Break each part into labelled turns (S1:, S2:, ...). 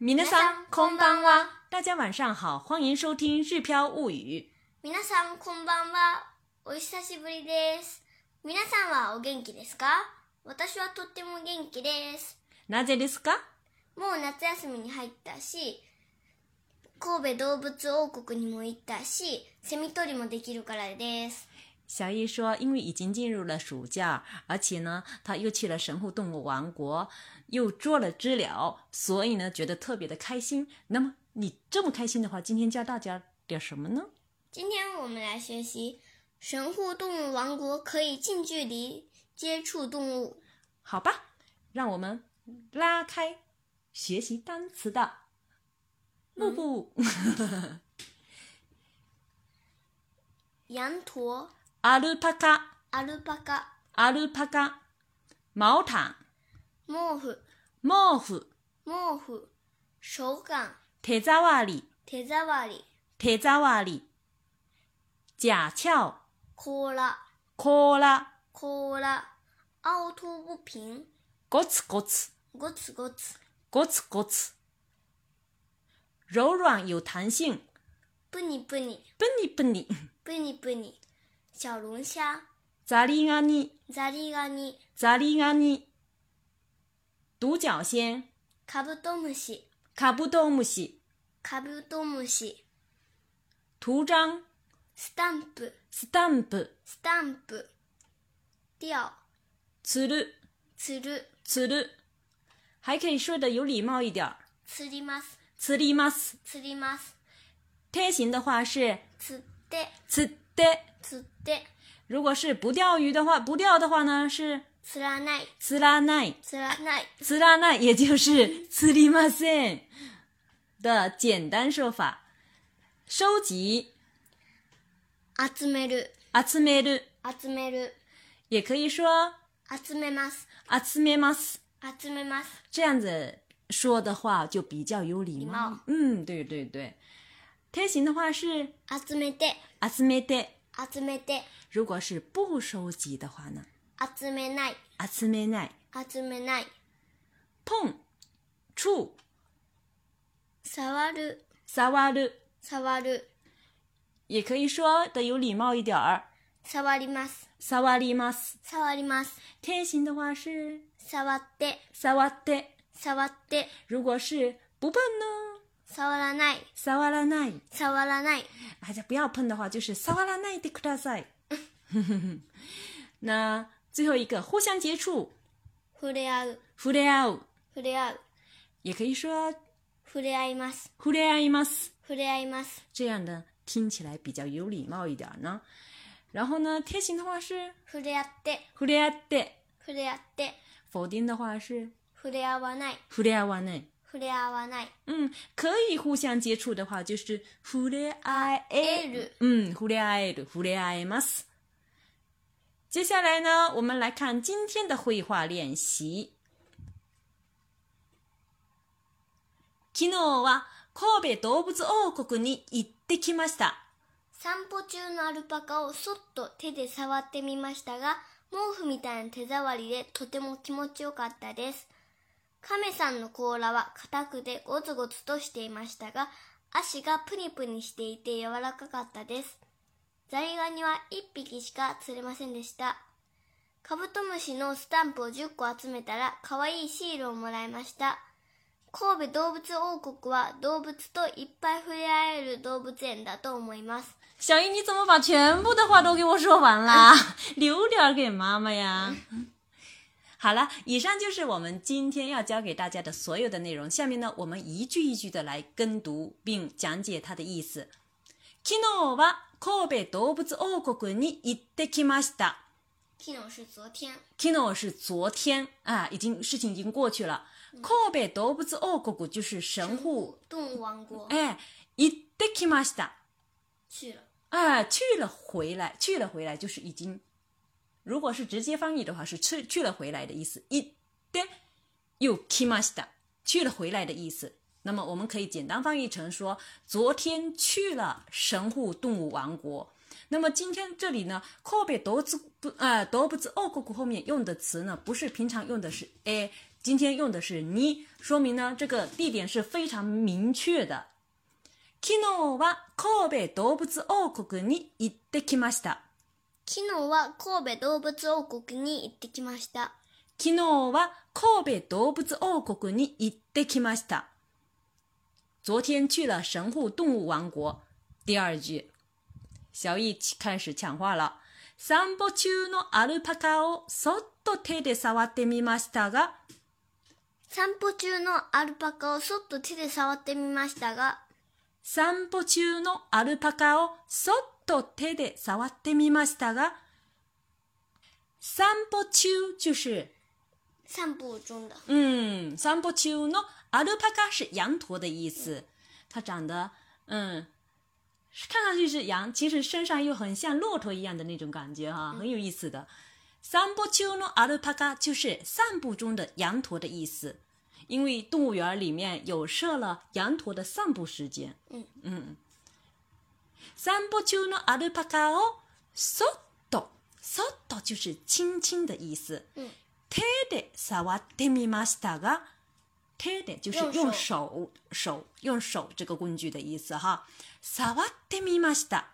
S1: 皆
S2: さんこんばんは。
S1: 大家晚上好，欢迎收听《日飘物语
S2: 皆さんこんばんは。お久しぶりです。皆さんはお元気ですか私はとっても元気です。》。
S1: なぜですか？
S2: もう夏休みに入ったし、神戸動物王国にも行ったし、セミ取りもできるからです。
S1: 小易说，因为已经进入了暑假，而且呢，他又去了神户动物王国，又做了知了，所以呢，觉得特别的开心。那么你这么开心的话，今天教大家点什么呢？
S2: 今天我们来学习神户动物王国可以近距离接触动物。
S1: 好吧，让我们拉开学习单词的幕布。
S2: ヤントウ、
S1: アルパカ，
S2: アルパカ、
S1: アルパカ，毛毯、
S2: 毛布、
S1: 毛布、
S2: 毛布、手感、
S1: 手触り、
S2: 手触り、
S1: 手触り、甲壳、
S2: 甲羅、
S1: 甲羅、
S2: 甲羅、青頭部瓶、
S1: ゴツゴツ、
S2: ゴツゴツ、
S1: ゴツゴツ。柔软有弹性，
S2: プニプニ、
S1: 笨你笨你，
S2: プニプニ、小龙虾、
S1: ザリガニ、
S2: ザリガニ、
S1: ザリガニ。独角仙、
S2: カブトムシ、
S1: カブトムシ、
S2: カブトムシ、
S1: 图章、
S2: スタンプ、
S1: スタンプ、
S2: スタンプ、吊、
S1: つる、
S2: 釣る、
S1: つる。还可以说的有礼貌一点儿，
S2: 釣ります、
S1: 釣ります。
S2: 釣ります、
S1: 贴形的话是
S2: 釣って、
S1: 釣って。
S2: 釣って、
S1: 如果是不钓鱼的话，不钓的话呢是
S2: 釣らない、
S1: 釣らない，
S2: 釣らない、
S1: 釣らない也就是釣りません的简单说法。收集、
S2: 集める、
S1: 集める，
S2: 集める、
S1: 也可以说
S2: 集めます、
S1: 集めます。
S2: 集めます、
S1: 这样子说的话就比较有礼
S2: 礼
S1: 貌。
S2: 貌
S1: 嗯，对对对。贴形的话是
S2: 集めて、
S1: 集めて，
S2: 集めて、
S1: 如果是不收集的话呢，
S2: 集めない、
S1: 集めない。
S2: 集めない、
S1: 碰、触、
S2: 触る、
S1: 触る，
S2: 触る、
S1: 也可以说的有礼貌一点儿。
S2: 触ります、
S1: 触ります。
S2: 触ります、
S1: 天形的话是
S2: 触って、
S1: 触って，
S2: 触って、
S1: 如果是不碰呢，
S2: 触らない、
S1: 触らない。
S2: 触らない、
S1: 大家不要碰的话，就是触らないでください。那最后一个，互相接触，
S2: 触れ合う、
S1: 触れ合う，
S2: 触れ合う、
S1: 也可以说
S2: 触れ合います、
S1: 触れ合います，
S2: 触れ合います、
S1: 这样的听起来比较有礼貌一点儿呢。然后呢，贴形的话是
S2: 触れ合って、
S1: 触れ合って，
S2: 触れ合って、
S1: 否定的话是
S2: 触れ合わない、
S1: 触れ合わない。
S2: 触れ合わない、
S1: 嗯，可以互相接触的话，就是触れ合える。嗯，触れ合える、触れ合えます。接下来呢，我们来看今天的绘画练习。昨日は神戸動物王国に行ってきました。
S2: 散歩中のアルパカをそっと手で触ってみましたが、毛布みたいな手触りでとても気持ちよかったです。亀さんの甲羅は硬くでゴツゴツとしていましたが、足がプニプニしていて柔らかかったです。ザリガニは1匹しか釣れませんでした。カブトムシのスタンプを10個集めたら可愛いシールをもらいました。神戸動物王国は動物といっぱい触れ合える動物園だと思います。
S1: 小姨，你怎么把全部的话都给我说完啦？ 留点儿给妈妈呀。 好了，以上就是我们今天要教给大家的所有的内容。下面呢，我们一句一句的来跟读并讲解它的意思。昨日は神戸動物王国に行ってきました。
S2: 昨日是昨天，
S1: 昨日是昨天啊，已经事情已经过去了。神戸動物王国就是神户，
S2: 动物王国
S1: 哎，行ってきました。
S2: 去了，
S1: 啊，去了回来，去了回来就是已经，如果是直接翻译的话是去去了回来的意思。一で又 kimasta 去了回来的意思。那么我们可以简单翻译成说，昨天去了神户动物王国。那么今天这里呢，神戸動物不呃動物王国后面用的词呢，不是平常用的是 a，今天用的是に，说明呢这个地点是非常明确的。昨日は神戸動物王国に行ってきました。
S2: 昨日は神戸動物王国に行ってきました。
S1: 昨日は神戸動物王国に行ってきました。昨天去了神户动物王国。第二句，小易开始抢话了。散歩中のアルパカをそっと手で触ってみましたが、
S2: 散歩中のアルパカをそっと手で触ってみましたが、
S1: 散歩中のアルパカをそっと手で触ってみましたが、散歩中就是
S2: 散歩中的。
S1: 嗯，散歩中のアルパカ是羊驼的意思，它长得嗯，看上去是羊，其实身上又很像骆驼一样的那种感觉哈，很有意思的。散歩中のアルパカ就是散步中的羊驼的意思，因为动物园里面有设了羊驼的散步时间。
S2: 嗯
S1: 嗯，散歩中のアルパカをそっとそっと就是轻轻的意思。
S2: うん。
S1: 手で触ってみましたが，手で就是用
S2: 用手
S1: 手手用手这个工具的意思哈。触ってみました。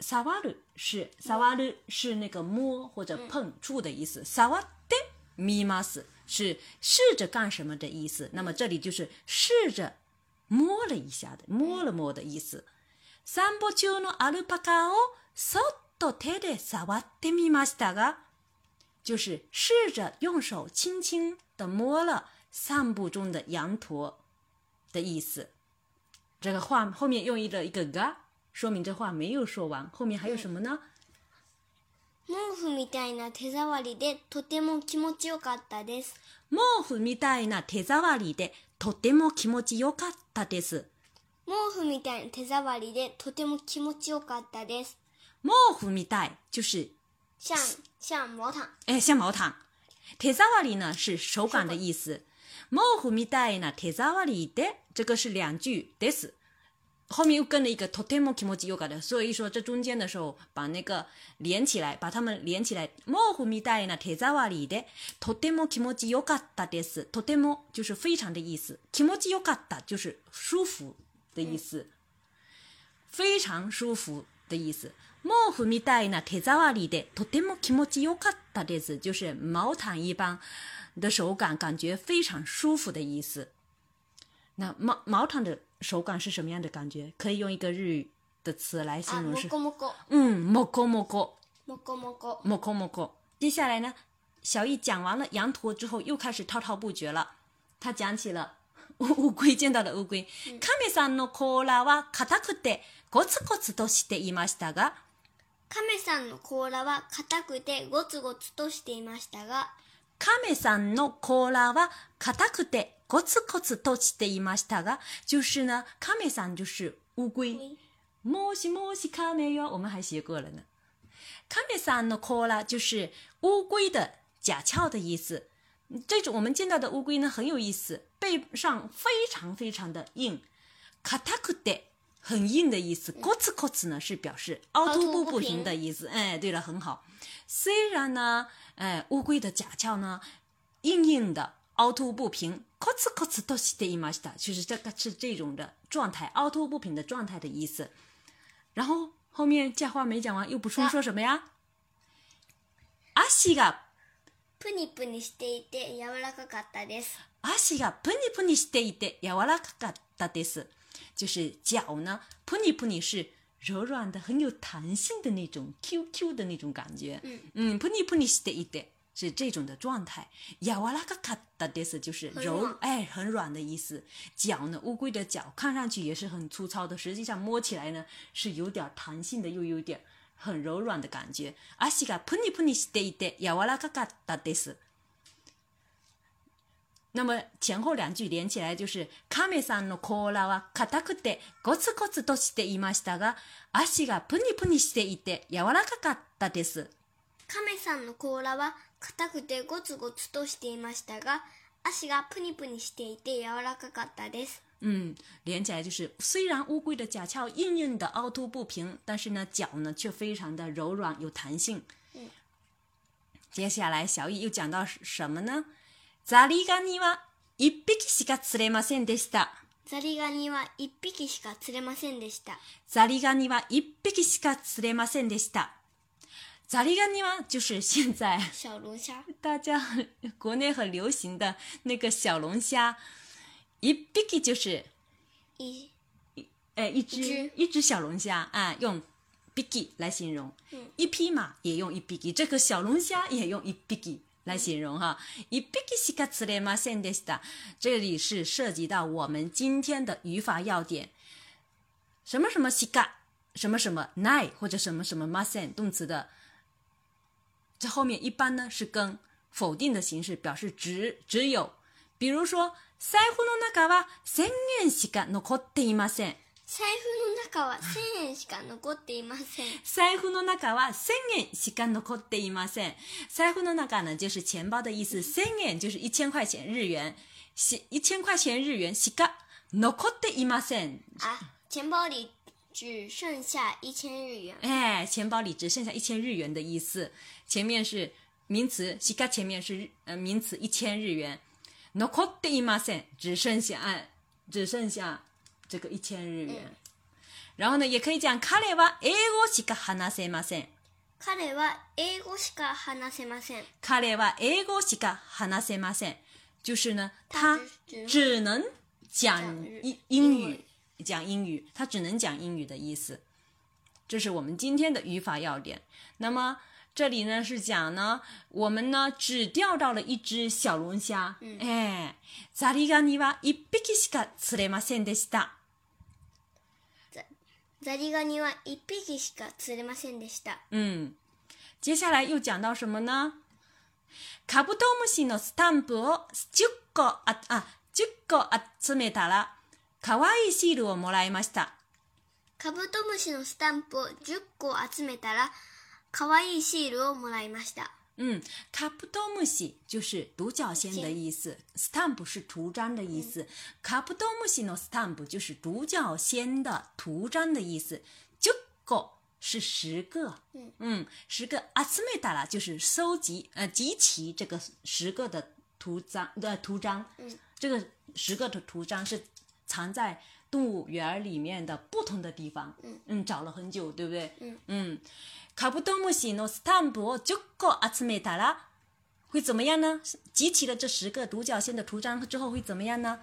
S1: 触る是触る是那个摸或者碰触的意思。触ってみます是试着干什么的意思。那么这里就是试着摸了一下的，摸了摸的意思。散歩中のアルパカをそっと手で触ってみましたが。就是试着用手轻轻的摸了散步中的羊驼的意思。这个话后面用一个一个が，说明这话没有说完。后面还有什么呢？
S2: 毛布みたいな手触りでとても気持ちよかったです。
S1: 毛布みたいな手触りでとても気持ちよかったです。
S2: 毛布みたいな手触りでとても気持ちよかったです。
S1: 毛布みたい就是
S2: 像像毛毯。
S1: 哎像毛毯，手触り呢是手感的意思。毛布みたいな手触りで这个是两句です。后面又跟了一个とても気持ちよかった，所以说这中间的时候把那个连起来，把它们连起来。毛布みたいな手触りでとても気持ちよかったです。とても就是非常的意思，気持ちよかった就是舒服的意思，非常舒服的意思。毛布みたいな手触りでとても気持ちよかったです，就是毛毯一般的手感，感觉非常舒服的意思。那毛毛毯的手感是什么样的感觉？可以用一个日语的词来
S2: あ、
S1: 形容
S2: も
S1: 是，
S2: こもこ。
S1: 嗯，もこもこ，
S2: もこもこ。
S1: もこもこ。接下来呢，小易讲完了羊驼之后，又开始滔滔不绝了。他讲起了乌乌龟见到的乌龟，亀さんの甲羅は硬くてゴツゴツとしていましたが、
S2: 亀さんの甲羅は硬くてゴツゴツとしていましたが、
S1: 亀さんの甲羅は硬くてゴツゴツとしていましたが，就是呢，亀さん就是乌龟。もしもしカメよ，我们还学过了呢。カメさんのコーラ就是乌龟的甲壳的意思。这种我们见到的乌龟呢很有意思，背上非常非常的硬，硬くて很硬的意思。コツコツ呢是表示凹凸不平的意思。哎，对了，很好。虽然呢，哎，乌龟的甲壳呢硬硬的，凹凸不平，コツコツとしていました，就是这个是这种的状态，凹凸不平的状态的意思。然后后面这话没讲完，又补充说什么呀？足が
S2: プニプニしていて柔らかかったです。
S1: 足がプニプニしていて柔らかかったです。就是脚呢，プニプニ是柔软的、很有弹性的那种 QQ 的那种感觉。
S2: 嗯
S1: 嗯，プニプニしていて是这种的状态。柔らかかったです就是
S2: 很
S1: 柔
S2: 软
S1: 哎很软的意思。脚呢，乌龟的脚看上去也是很粗糙的，实际上摸起来呢是有点弹性的，又有点很柔软的感觉。足がプニプニしていて柔らかかったです。那么前后两句连起来就是“亀さんの甲羅は硬くてゴツゴツとしていましたが、足がプニプニしていて柔らかかったです。
S2: 亀さんの甲羅は硬くてゴツゴツとしていましたが、足がプニプニしていて柔らかかったです。
S1: 嗯，连起来就是，虽然乌龟的甲壳硬硬的、凹凸不平，但是呢，脚呢却非常的柔软、有弹性。
S2: 嗯
S1: 接下来小易又讲到什么呢？ザリガニは一匹しか釣れませんでした。
S2: ザリガニは一匹しか釣れませんでした。
S1: ザリガニは一匹しか釣れませんでした。ザリガニは就是现在
S2: 小龙虾。
S1: 大家很国内很流行的那个小龙虾，一匹就是
S2: 一
S1: 呃一只
S2: 一只
S1: 小龙虾啊，用 biggy 来形容。
S2: 嗯
S1: 一匹马也用一 biggy，这个小龙虾也用一 biggy 来形容哈。一 biggy しか釣れませんでした。这里是涉及到我们今天的语法要点，什么什么しか，什么什么 nai 或者什么什么 masen 动词的。这后面一般呢是跟否定的形式表示只只有，比如说財布の中は千円しか残っていません。
S2: 財布の中は1000円しか残っていません。
S1: 財布の中は千円しか残っていません。財布の中呢就是钱包的意思，千円就是一千块钱日元，し一千块钱日元しか残っていません。
S2: 啊，钱包里只剩下一千日元。
S1: 哎，钱包里只剩下一千日元的意思。前面是名词，しか前面是日呃名词一千日元，残っていません，只剩下哎只剩下这个一千日元。然后呢，也可以讲彼は英語しか話せません。
S2: 彼は英語しか話せません。
S1: 彼は英語しか話せません。就是呢，
S2: 他
S1: 他
S2: 只
S1: 只能讲
S2: 讲日
S1: 英英
S2: 英
S1: 语，讲英语，他只能讲英语的意思。这是我们今天的语法要点。那么这里呢是讲呢，我们呢只钓到了一只小龙虾。
S2: 嗯
S1: 哎，ザリガニは一匹しか釣れませんでした。
S2: ザリガニは一匹しか釣れませんでした。
S1: 嗯，接下来又讲到什么呢？カブトムシのスタンプを10個あ、あ、10個集めたら、可愛いシールをもらいました。
S2: カブトムシのスタンプを10個集めたら、可愛いシールをもらいました。
S1: 嗯，カブトムシ就是独角仙的意思，stamp 是图章的意
S2: 嗯
S1: 思，カブトムシのスタンプ就是独角仙的图章的意思。10個是十个，
S2: 嗯
S1: 十个集めたら就是收集呃集齐这个十个的图章的图章，
S2: 嗯
S1: 这个十个的图章是藏在动物园儿里面的不同的地方，
S2: 嗯
S1: 找了很久，对不对？
S2: 嗯
S1: カブトムシのスタンプを10個集めたら会怎么样呢？集齐了这十个独角仙的图章之后会怎么样呢？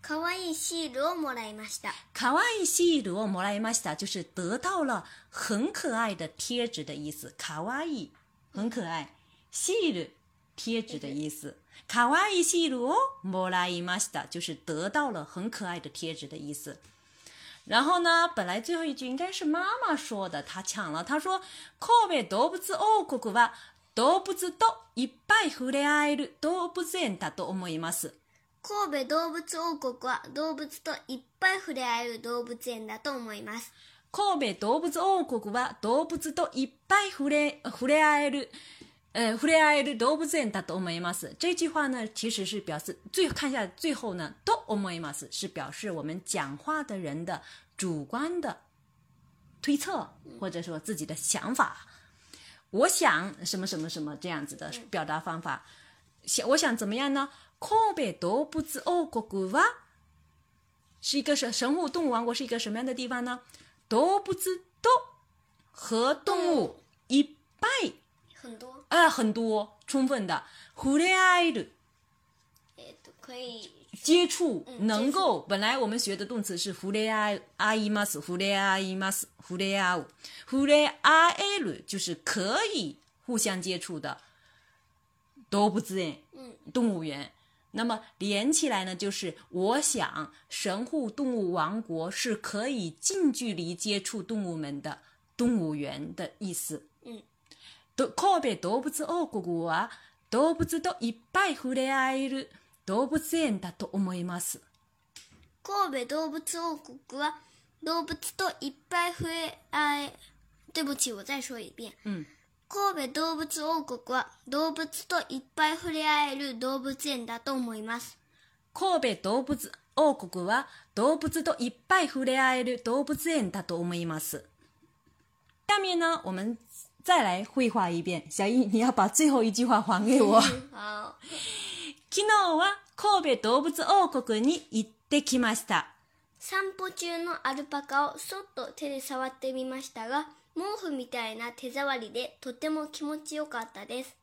S2: 可愛いシールをもらいました。
S1: 可愛いシールをもらいました，就是得到了很可爱的贴纸的意思。可愛い，很可爱。シール，贴纸的意思。可愛いシールをもらいました，就是得到了很可爱的贴纸的意思。然后呢，本来最后一句应该是妈妈说的，她抢了。她说：“神戸動物王国は動物といっぱい触れ合える動物園だと思います。”
S2: 神戸動物王国は動物といっぱい触れ合える動物園だと思います。
S1: 神戸動物王国は動物といっぱい触れ触れ合える。呃，触れ合える動物園だと思います。这句话呢，其实是表示最看一下最后呢，都思います是表示我们讲话的人的主观的推测，或者说自己的想法。我想什么什么什么这样子的表达方法。想我想怎么样呢？神戸動物王国は是一个神神户动物王国是一个什么样的地方呢？動物と和动物いっぱい
S2: 很多、
S1: 啊、很多充分的触れ合える
S2: えっ、と、可以
S1: 接触
S2: 嗯
S1: 能够、本来我们学的动词是触れ合い合います触れ合います触れ合う触れ合える就是可以互相接触的動物園
S2: うん、
S1: 动物园。那么连起来呢，就是我想神户动物王国是可以近距离接触动物们的动物园的意思。
S2: うん、
S1: ど神戸動物王国は動物といっぱい触れ合える動物園だと思います。
S2: 神戸動物王国は動物といっぱい触れ合え、对不起，我再说一遍。
S1: 嗯
S2: 神戸動物王国は動物といっぱい触れ合える動物園だと思います。
S1: 神戸動物王国は動物といっぱい触れ合える動物園だと思います。下面呢，我们再来绘画一遍。小易，你要把最后一句话还给我。
S2: 好，
S1: 昨日は神戸動物王国に行ってきました。
S2: 散歩中のアルパカをそっと手で触ってみましたが、毛布みたいな手触りでとても気持ちよかったです。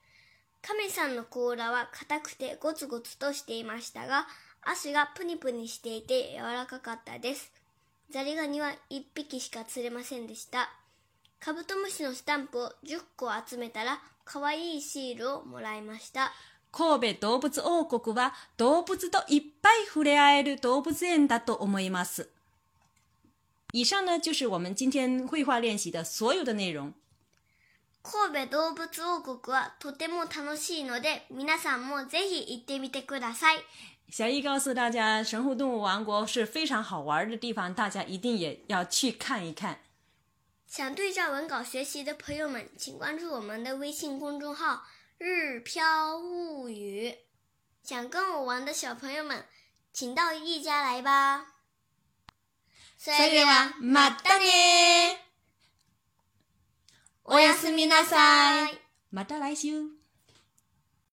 S2: 亀さんの甲羅は硬くてゴツゴツとしていましたが、足がプニプニしていて柔らかかったです。ザリガニは1匹しか釣れませんでした。カブトムシのスタンプを10個集めたら、可愛いシールをもらいました。
S1: 神戸動物王国は動物といっぱい触れ合える動物園だと思います。以上呢就是我们今天绘画练习的所有的内容。
S2: 神戸動物王国はとても楽しいので皆さんもぜひ行ってみてください
S1: 小易告诉大家，神户动物王国是非常好玩的地方，大家一定也要去看一看。
S2: 想对照文稿学习的朋友们请关注我们的微信公众号“日飘物语”想跟我玩的小朋友们请到一家来吧そ
S1: それではまたね
S2: おやすみなさい
S1: また来週。